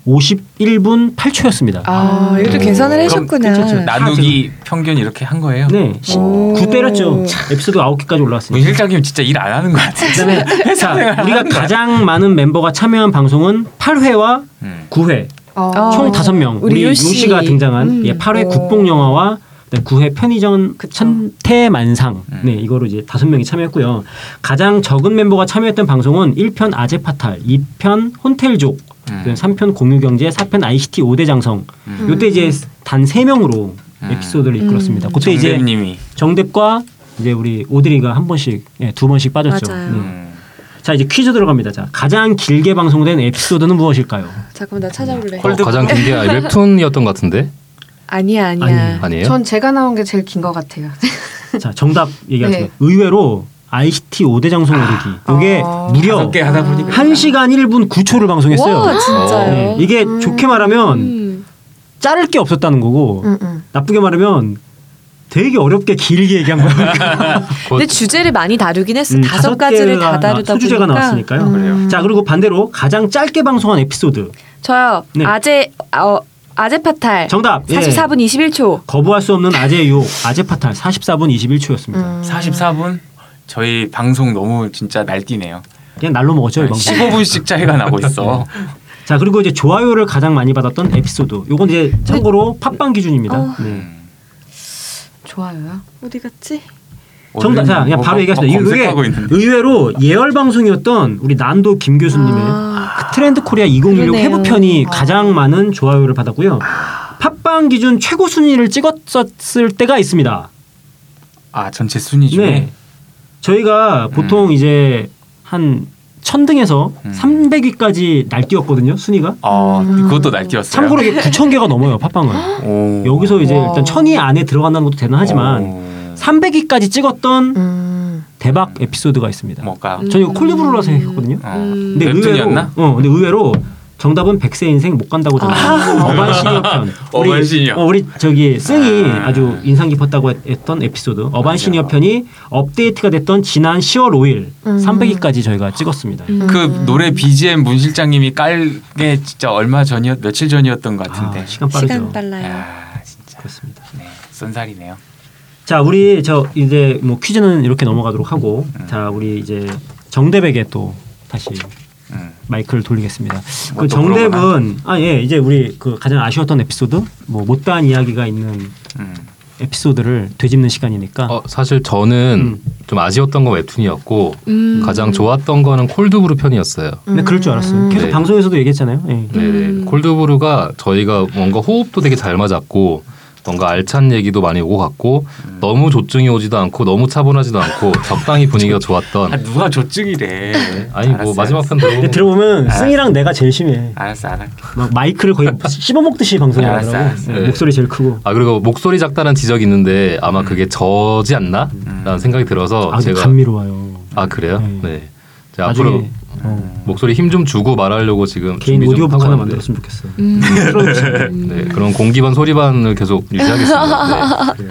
51분 8초였습니다. 아, 이렇게 계산을 그럼 하셨구나. 나누기 평균 이렇게 한 거예요. 네, 오. 9 때렸죠. 에피소드 9개까지 문 올라왔습니다. 실장님 진짜 일 안 하는 것 같은데. 그다음에 자, 우리가 가장 많은 멤버가 참여한 방송은 8회와 음. 9회 어. 어. 총 다섯 명 우리 우리 요시. 요시가 등장한 음. 예, 8회 오. 국뽕 영화와 9회 편의점 천태만상 음. 네 이거로 이제 다섯 명이 참여했고요 가장 적은 멤버가 참여했던 방송은 1편 아재파탈 2편 혼텔족 음. 3편 공유경제 4편 ICT 5대장성 음. 요때 이제 단 세명으로 음. 에피소드를 이끌었습니다. 음. 그때 이제 정대님이 정뎁과 이제 우리 오드리가 한 번씩 예, 두 번씩 빠졌죠. 맞아요. 네. 음. 자 이제 퀴즈 들어갑니다. 자 가장 길게 방송된 에피소드는 무엇일까요? 잠깐만 나 찾아볼래. 어, 콜드- 어, 가장 긴 게 웹툰이었던 것 같은데 아니야 아니에요. 아니야. 아니에요? 전 제가 나온 게 제일 긴 것 같아요. 자 정답 얘기하세요. 네. 의외로 ICT 5대 장송 오르기. 이게 아. 무려 다섯 개 하다 보니까 1시간 1분 9초를 방송했어요. 와 진짜요. 네, 이게 음. 좋게 말하면 음. 자를 게 없었다는 거고 음, 음. 나쁘게 말하면 되게 어렵게 길게 얘기한 거예요. 근데 주제를 많이 다루긴 했어. 뭐 음, 다섯 가지를 다 다루다 소주제가 보니까 나왔으니까요. 음. 아, 그래요. 자 그리고 반대로 가장 짧게 방송한 에피소드 저요. 네. 아재 어, 아재 파탈. 정답 예. 44분 21초. 거부할 수 없는 아재의 유혹 아재파탈 44분 21초였습니다. 음. 44분 저희 방송 너무 진짜 날뛰네요. 그냥 날로 먹었죠 이 방송. 15분씩 차이가 나고 있어. 자 그리고 이제 좋아요를 가장 많이 받았던 에피소드. 요건 이제 참고로 팟빵 기준입니다. 네. 어. 네. 음. 좋아요요. 어디 갔지? 정답 자 그냥 뭐, 바로 뭐, 얘기하시다. 뭐 이게 검색하고 있는데. 의외로 예열 방송이었던 우리 난도 김 교수님의 그 트렌드 코리아 2016 아. 그러네요. 회부 편이 아. 가장 많은 좋아요를 받았고요. 팟빵 기준 최고 순위를 찍었었을 때가 있습니다. 아 전체 순위 중에 네. 저희가 보통 이제 한 천등에서 음. 300위까지 날뛰었거든요 순위가. 어 음. 그것도 날뛰었어요. 참고로 이게 9천 개가 넘어요 팟빵은. 오. 여기서 이제 와. 일단 천위 안에 들어간다는 것도 대단하지만 오. 300위까지 찍었던 음. 대박 에피소드가 있습니다. 뭘까? 저는 이거 콜리브로라 생각했거든요. 어. 음. 근데 뭐. 웹툰이었나? 의외로, 어, 근데 의외로 정답은 백세 인생 못 간다고 전아 어반 시니어 편. 우리- 어반 시니어. 어, 우리 저기 승이 아. 아. 주 인상 깊었다고 했- 했던 에피소드 어반 맞아. 시니어 편이 업데이트가 됐던 지난 10월 5일 음. 300위까지 저희가 찍었습니다. 음. 그 노래 BGM 문 실장님이 깔게 진짜 얼마 전이었 며칠 전이었던 것 같은데. 아, 시간 빠르죠. 시간 빨라요. 아, 진짜 그렇습니다. 네. 쏜살이네요. 자, 우리 저 이제 뭐 퀴즈는 이렇게 넘어가도록 하고 네. 자, 우리 이제 정대백에 또 다시 음. 마이크를 돌리겠습니다. 뭐 그 또 정답은 아 예 이제 우리 그 가장 아쉬웠던 에피소드 뭐 못다한 이야기가 있는 음. 에피소드를 되짚는 시간이니까 어, 사실 저는 음. 좀 아쉬웠던 건 웹툰이었고 음. 가장 좋았던 거는 콜드브루 편이었어요. 근데 그럴 줄 알았어요. 계속 네. 방송에서도 얘기했잖아요. 예. 네네. 콜드브루가 저희가 뭔가 호흡도 되게 잘 맞았고 뭔가 알찬 얘기도 많이 오고 갔고 너무 조증이 오지도 않고 너무 차분하지도 않고 적당히 분위기가 아 좋았던 누가 조증이래. 아니 뭐 알았어요, 마지막 알았어. 편 근데 네, 들어보면 들어보면 승이랑 내가 제일 심해. 알았어 안 할게. 막 마이크를 거의 씹어먹듯이 방송을 알았어, 하더라고. 알았어. 예, 목소리 제일 크고. 아 그리고 목소리 작다는 지적이 있는데 아마 그게 저지 않나라는 생각이 들어서 음. 아, 제가 제가 감미로워요. 아 그래요? 네. 네. 제가 앞으로 나중에 어, 목소리 힘 좀 주고 말하려고 지금 개인 준비 좀 오디오북 하고 하나 왔는데 만들었으면 좋겠어. 음. 네, 그런 공기반 소리반을 계속 유지하겠습니다. 네.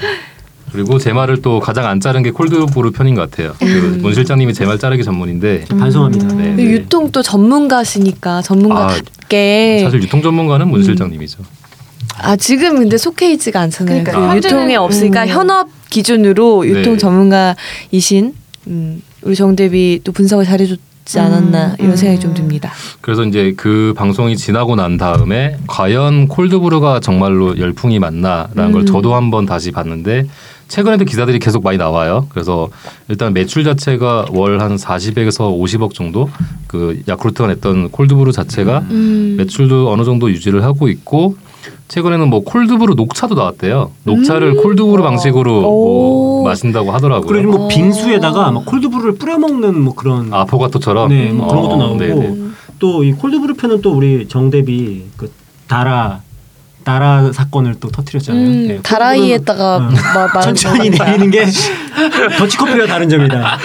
그리고 제 말을 또 가장 안 자른 게 콜드브루 편인 것 같아요. 그문 실장님이 제 말 자르기 전문인데 반성합니다. 네, 근데 네. 유통 또 전문가시니까 아, 전문가답게 사실 유통 전문가는 문 실장님이죠. 아 지금 근데 속해있지가 않잖아요. 그 그러니까 유통에 현재는- 없으니까 음. 현업 기준으로 유통 네. 전문가이신 음, 우리 정대비 또 분석을 잘해줬지 않았나 음, 이런 생각이 음. 좀 듭니다. 그래서 이제 그 방송이 지나고 난 다음에 과연 콜드브루가 정말로 열풍이 맞나라는 걸 음. 저도 한번 다시 봤는데 최근에도 기사들이 계속 많이 나와요. 그래서 일단 매출 자체가 월 한 40에서 50억 정도 그 야쿠르트가 냈던 콜드브루 자체가 음. 음. 매출도 어느 정도 유지를 하고 있고 최근에는 뭐 콜드브루 녹차도 나왔대요. 녹차를 콜드브루 방식으로 음. 어. 오. 뭐 마신다고 하더라고요. 그리고 뭐 빙수에다가 막 콜드브루를 뿌려먹는 뭐 그런 아포가토처럼 네, 뭐 그런 어, 것도 나오고 네네. 또 이 콜드브루 편은 또 우리 정대비 그 다라 다라 사건을 또 터트렸잖아요. 네. 음, 다라이에다가 음. 마- 말하는 천천히 거 같다. 내리는 게 더치커피와 다른 점이다.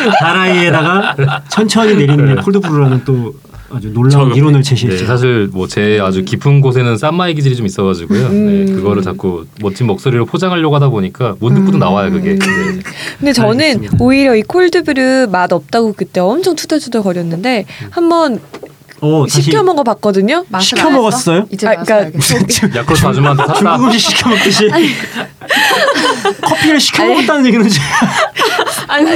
다라이에다가 천천히 내리는 게 콜드브루라는 또 아주 놀라운 저거- 이론을 네, 제시했죠. 사실 뭐 제 아주 깊은 곳에는 쌈마의 기질이 좀 있어가지고요. 음. 네, 그거를 자꾸 멋진 목소리로 포장하려고 하다 보니까 못 음. 듣고도 나와요 그게. 네. 근데 저는 알겠습니다. 오히려 이 콜드브루 맛 없다고 그때 엄청 투덜투덜 거렸는데 한번 음. 어, 다시 시켜 먹어봤거든요. 맛을 시켜 알았어? 먹었어요? 이제 아, 맛을 그러니까 알겠어. 야쿠르트 아줌마한테 샀다. 중국 음식 시켜 먹듯이 커피를 시켜 먹었다는 얘기는 이제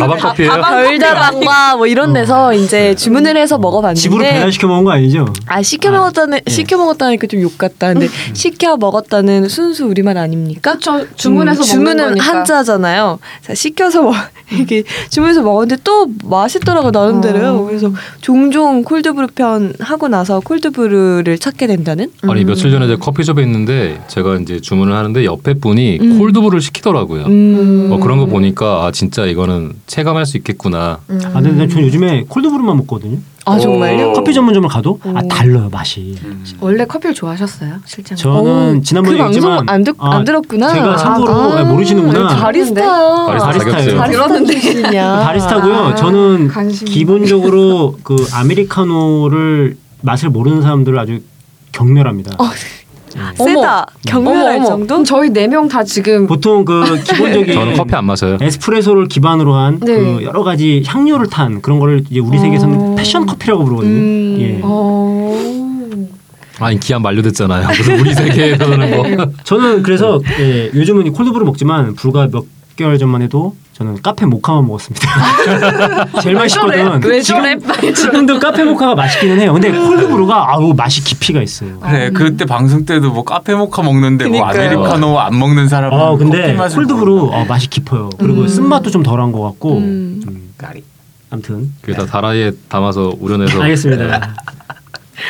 가방 아, 커피예요. 별다방과 뭐 이런 데서 이제 주문을 해서 음. 먹어봤는데 네. 집으로 배달 시켜 먹은 거 아니죠? 네. 음. 아 시켜 먹었다는 시켜 먹었다는 게 좀 욕 같다. 근데 시켜 먹었다는 순수 우리말 아닙니까? 그쵸, 주문해서 음, 주문은 먹는 거니까. 한자잖아요. 자, 시켜서 먹 이게 주문해서 먹었는데 또 맛있더라고 나름대로. 어. 그래서 종종 콜드브루 편 하고 나서 콜드브루를 찾게 된다는? 아니 며칠 음. 전에 제가 커피숍에 있는데 제가 이제 주문을 하는데 옆에 분이 음. 콜드브루를 시키더라고요. 음. 어, 그런 거 보니까 아 진짜 이거는 체감할 수 있겠구나. 음. 아, 근데 난 저는 요즘에 콜드브루만 먹거든요. 아 정말요? 어. 오. 커피 전문점을 가도 아 오. 달라요 맛이. 어. 음. 원래 커피를 어. 좋아하셨어요, 실제로? 저는 어, 지난번에 그 얘기했지만 방송 안, 듣, 아, 안 들었구나. 제가 참고로 아, 아, 모르시는구나. 네. 바리스타요. 바리스타 아, 자격증. 바리스타 들었는데. 출신이야. 바리스타고요. 아, 저는 관심. 기본적으로 그 아메리카노를 맛을 모르는 사람들을 아주 경멸합니다. 어. 세다. 경멸할 어머, 정도? 그럼 저희 네 명 다 지금 보통 그 기본적인 저는 커피 안 네. 마셔요. 에스프레소를 기반으로 한 그 네. 여러 가지 향료를 탄 그런 거를 이제 우리 어. 세계에서는 패션 커피라고 부르거든요. 음. 예. 어. 아니 기한 만료됐잖아요. 그래서 우리 세계에서는 뭐 저는 그래서 예, 요즘은 이 콜드브루 먹지만 불과 몇 개월 전만 해도 저는 카페 모카만 먹었습니다. 제일 맛있거든. 왜 저래? 지금도 카페 모카가 맛있기는 해요. 근데 콜드브루가 아우 맛이 깊이가 있어요. 그래 그때 방송 때도 뭐 카페 모카 먹는데 뭐 그니까요. 아메리카노 안 먹는 사람은 아 근데 커피 맛을 콜드브루 어, 맛이 깊어요. 그리고 음. 쓴맛도 좀 덜한 것 같고. 음. 음. 까리. 아무튼 그게 다 다라이에 담아서 우려내서 그 알겠습니다.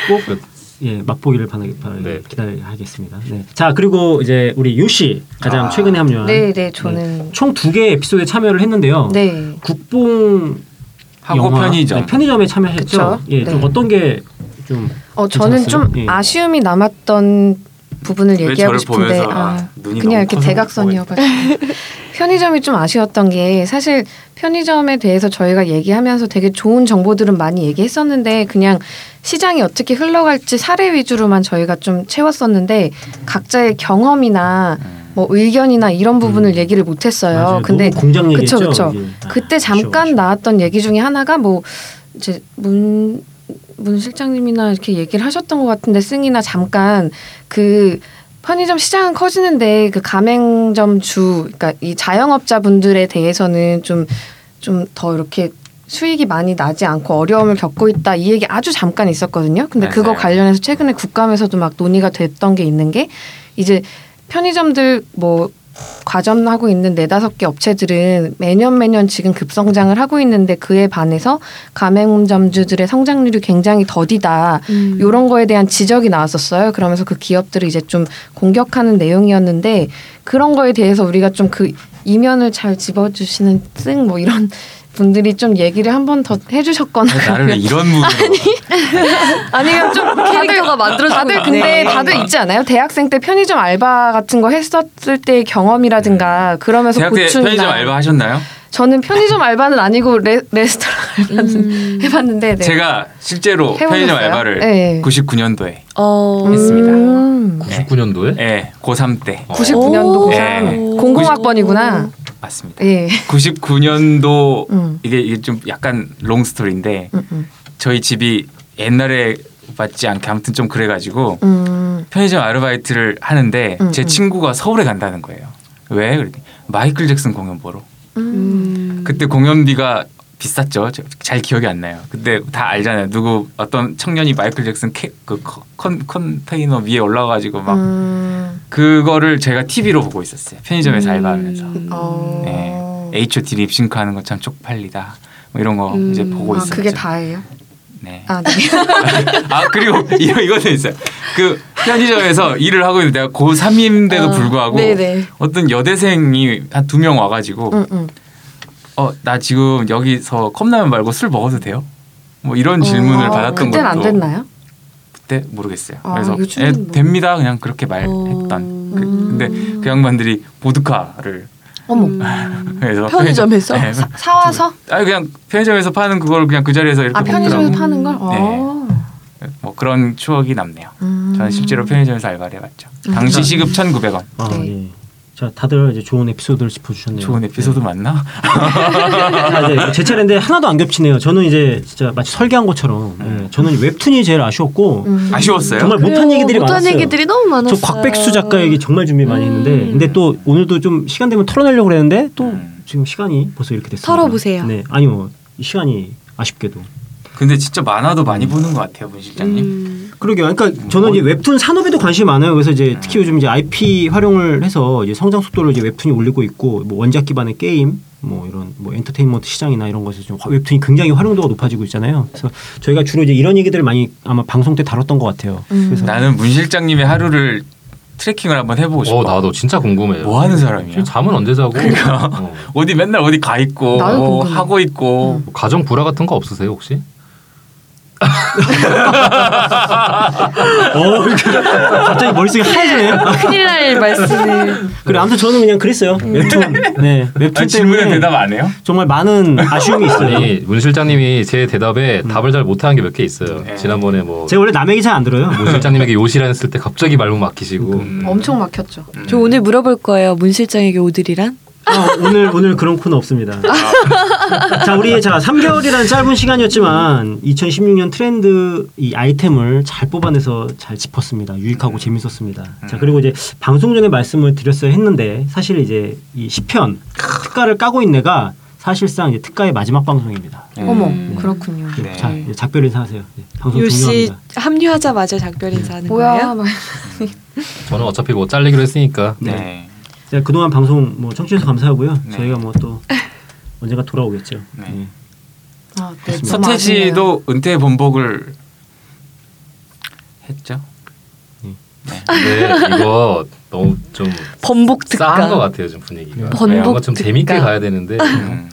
끝. 꼭 예, 맛보기를 바라, 바라 네. 기다리겠습니다. 네. 자 그리고 이제 우리 유씨 가장 아. 최근에 합류한 네, 네, 저는 총 두 개의 에피소드에 참여를 어, 했는데요. 네. 국뽕 하고 영화, 편의점. 네, 편의점에 참여했죠. 그쵸? 예, 좀 네. 어떤 게좀 어 저는 괜찮았어요? 좀 예. 아쉬움이 남았던 부분을 왜 얘기하고 저를 싶은데 보면서 아, 아, 눈이 그냥 너무 이렇게 커서 대각선이어가지고 편의점이 좀 아쉬웠던 게 사실 편의점에 대해서 저희가 얘기하면서 되게 좋은 정보들은 많이 얘기했었는데 그냥 시장이 어떻게 흘러갈지 사례 위주로만 저희가 좀 채웠었는데 각자의 경험이나 음. 뭐 의견이나 이런 부분을 음. 얘기를 못했어요. 맞아요. 근데 너무 공장 그쵸, 얘기죠. 아, 그쵸. 네, 그렇죠, 그때 잠깐 나왔던 얘기 중에 하나가 뭐 이제 문, 문 실장님이나 이렇게 얘기를 하셨던 것 같은데 승이나 잠깐 그 편의점 시장은 커지는데 그 가맹점 주 그러니까 이 자영업자분들에 대해서는 좀 좀 더 이렇게 수익이 많이 나지 않고 어려움을 겪고 있다 이 얘기 아주 잠깐 있었거든요. 근데 그거 맞아요. 관련해서 최근에 국감에서도 막 논의가 됐던 게 있는 게 이제 편의점들 뭐 과점하고 있는 네다섯 개 업체들은 매년 매년 지금 급성장을 하고 있는데 그에 반해서 가맹점주들의 성장률이 굉장히 더디다. 음. 이런 거에 대한 지적이 나왔었어요. 그러면서 그 기업들을 이제 좀 공격하는 내용이었는데 그런 거에 대해서 우리가 좀 그 이면을 잘 집어주시는 승 뭐 이런 분들이 좀 얘기를 한 번 더 해주셨거나 나를 왜 이런 무으로 아니면 좀 캐릭터가 만들어지고 아, 다들 있네. 근데 다들 있지 않아요? 대학생 때 편의점 알바 같은 거 했었을 때의 경험이라든가 그러면서 네. 대학 때 고충이나 편의점 알바 하셨나요? 저는 편의점 알바는 아니고 레, 레스토랑 알바는 음. 해봤는데 네. 제가 실제로 편의점 해보셨어요? 알바를 네. 99년도에 어. 했습니다. 음. 99년도에 예, 고3 때 어. 99년도 오. 고삼 예. 공공학번이구나. 맞습니다. 예. 99년도 음. 이게 이게 좀 약간 롱 스토리인데 음, 음. 저희 집이 옛날에 맞지 않게 아무튼 좀 그래가지고 음. 편의점 아르바이트를 하는데 음, 제 음. 친구가 서울에 간다는 거예요. 왜? 그랬더니 마이클 잭슨 공연 보러. 음. 음. 그때 공연비가 비쌌죠. 저- 잘 기억이 안 나요. 근데 다 알잖아요. 누구 어떤 청년이 마이클 잭슨 캐, 그 컨- 컨, 컨테이너 위에 올라가지고 막 음. 그거를 그거를 제가 TV로 보고 있었어요. 편의점에서 음. 알바하면서 어. 네. HOT 립싱크하는 거 참 쪽팔리다. 뭐 이런 거 음. 이제 보고 아, 있었죠. 그게 다예요? 네. 아, 네. 아 그리고 이거 이거는 있어요. 그 편의점에서 일을 하고 있는데 내가 고 3인데도 아, 불구하고 네네. 어떤 여대생이 한 두 명 와가지고 음, 음. 어 나 지금 여기서 컵라면 말고 술 먹어도 돼요? 뭐 이런 질문을 어, 받았던 그때는 것도 안 됐나요? 그때 모르겠어요. 아, 그래서 요즘은 예, 뭐. 됩니다 그냥 그렇게 말했던. 음. 그, 근데 그 양반들이 보드카를 어머. 그래서 편의점에서? 편의- 네. 사 와서 아 음. 그냥 편의점에서 파는 그걸 그냥 그 자리에서 이렇게 아 편의점에서 먹더라고. 파는 걸. 어. 뭐 그런 추억이 남네요. 음. 저는 실제로 편의점에서 알바를 해봤죠. 음. 당시 시급 1,900원. 아, 네. 예. 자 다들 이제 좋은 에피소드를 짚어주셨네요. 좋은 에피소드 맞나? 아, 네. 제 차례인데 하나도 안 겹치네요. 저는 이제 진짜 마치 설계한 것처럼 음. 예, 저는 웹툰이 제일 아쉬웠고 음. 아쉬웠어요. 정말 못한 얘기들이 못한 많았어요. 얘기들이 너무 저 많았어요. 곽백수 작가 얘기 정말 준비 많이 했는데 음. 근데 또 오늘도 좀 시간 되면 털어내려고 그랬는데 또 음. 지금 시간이 벌써 이렇게 됐습니다. 털어보세요. 네, 아니 뭐이 시간이 아쉽게도 근데 진짜 만화도 많이 보는 것 같아요, 문 실장님. 음. 그러게요. 그러니까 저는 이제 웹툰 산업에도 관심이 많아요. 그래서 이제 특히 요즘 이제 IP 활용을 해서 이제 성장 속도를 이제 웹툰이 올리고 있고 뭐 원작 기반의 게임 뭐 이런 뭐 엔터테인먼트 시장이나 이런 것에서 좀 화- 웹툰이 굉장히 활용도가 높아지고 있잖아요. 그래서 저희가 주로 이제 이런 얘기들을 많이 아마 방송 때 다뤘던 것 같아요. 음. 그래서 나는 문 실장님의 하루를 트래킹을 한번 해보고 싶어. 어 나도 진짜 궁금해요. 뭐 하는 사람이야? 지금 잠은 언제 자고? 어. 어디 맨날 어디 가 있고 나도 뭐 궁금해. 음. 하고 있고 뭐 가정 불화 같은 거 없으세요 혹시? 어, 그러니까. 갑자기 머릿속이 하얘지네. 큰일 음. 날 말씀을. 그래 아무튼 저는 그냥 그랬어요. 웹툰. 네. 웹툰 음. 아니, 질문에 때문에 대답 네. 안 해요? 정말 많은 아쉬움이 있어요. 아니 문 실장님이 제 대답에 답을 잘 못하는 게 몇 개 있어요. 네. 지난번에 뭐 제가 문 원래 남의 얘기 잘 안 들어요. 실장님에게 요시라 했을 때 갑자기 말문 막히시고 엄청 막혔죠. 음. 저 오늘 물어볼 거예요. 문 실장에게 오드리란? 아, 오늘 오늘 그런 코너 없습니다. 아. 자, 우리 자 3개월이라는 짧은 시간이었지만 2016년 트렌드 이 아이템을 잘 뽑아내서 잘 짚었습니다. 네. 유익하고 재밌었습니다. 자, 그리고 이제 방송 전에 말씀을 드렸어야 했는데 사실 이제 이 10편 특가를 까고 있는 애가 사실상 이제 특가의 마지막 방송입니다. 예, 음. 어머 그렇군요. 네. 자, 이제 작별 인사하세요. 네, 방송 요씨 종료합니다. 합류하자마자 작별 인사하는 뭐야? 거예요? 막 저는 어차피 뭐 잘리기로 했으니까 네. 네. 자, 그동안 방송 뭐 청취해서 감사하고요. 네. 저희가 뭐 또 언젠가 돌아오겠죠. 네. 네. 아, 음. 네, 좀 아쉽네요. 서태지도 은퇴 번복을 했죠. 근데 이거 너무 좀 번복 싸한 것 특강. 같아요 지금 분위기가 네, 번복 뭔가 좀 재밌게 듣가. 가야 되는데 네. 음.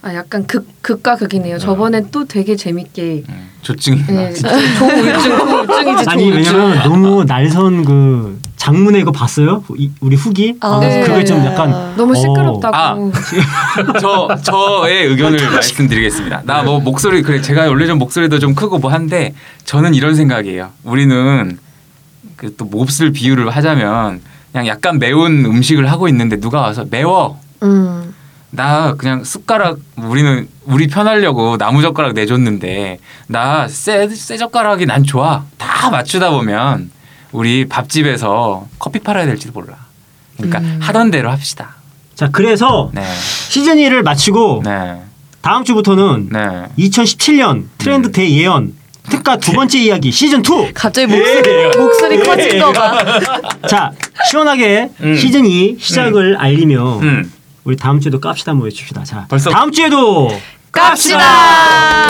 아, 약간 극 극과 극이네요. 저번에 또 되게 재밌게 음. 조증이 나. 네, 조우울증, 조우울증이지 아니 조우울증. 왜냐면 너무 날선 그 장문의 이거 봤어요? 이- 우리 후기? 아, 그래서 네. 그게 좀 약간 아. 너무 어, 시끄럽다고. 아. 저 저의 의견을 말씀드리겠습니다. 나 뭐 목소리 그래 제가 원래 좀 목소리도 좀 크고 뭐 한데 저는 이런 생각이에요. 우리는 그 또 몹쓸 비유를 하자면 그냥 약간 매운 음식을 하고 있는데 누가 와서 매워 음. 나 그냥 숟가락 우리는 우리 편하려고 나무 젓가락 내줬는데 나쎄 젓가락이 난 좋아 다 맞추다 보면 우리 밥집에서 커피 팔아야 될지도 몰라. 그러니까 하던 대로 합시다. 자 그래서 네, 시즌 1을 마치고 네, 다음 주부터는 네. 음. 2017년 트렌드 대예언 특가 두 번째 이야기 시즌 2. 갑자기 예, 목소리 목소리 커진 거가. 자 시원하게 음. 시즌 2 시작을 알리며 음. 우리 다음 주에도 깝시다 한번 외칩시다. 자 벌써- 다음 주에도 깝시다.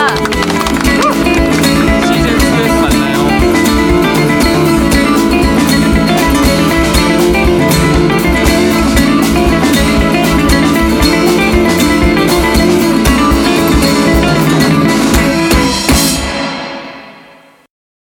哦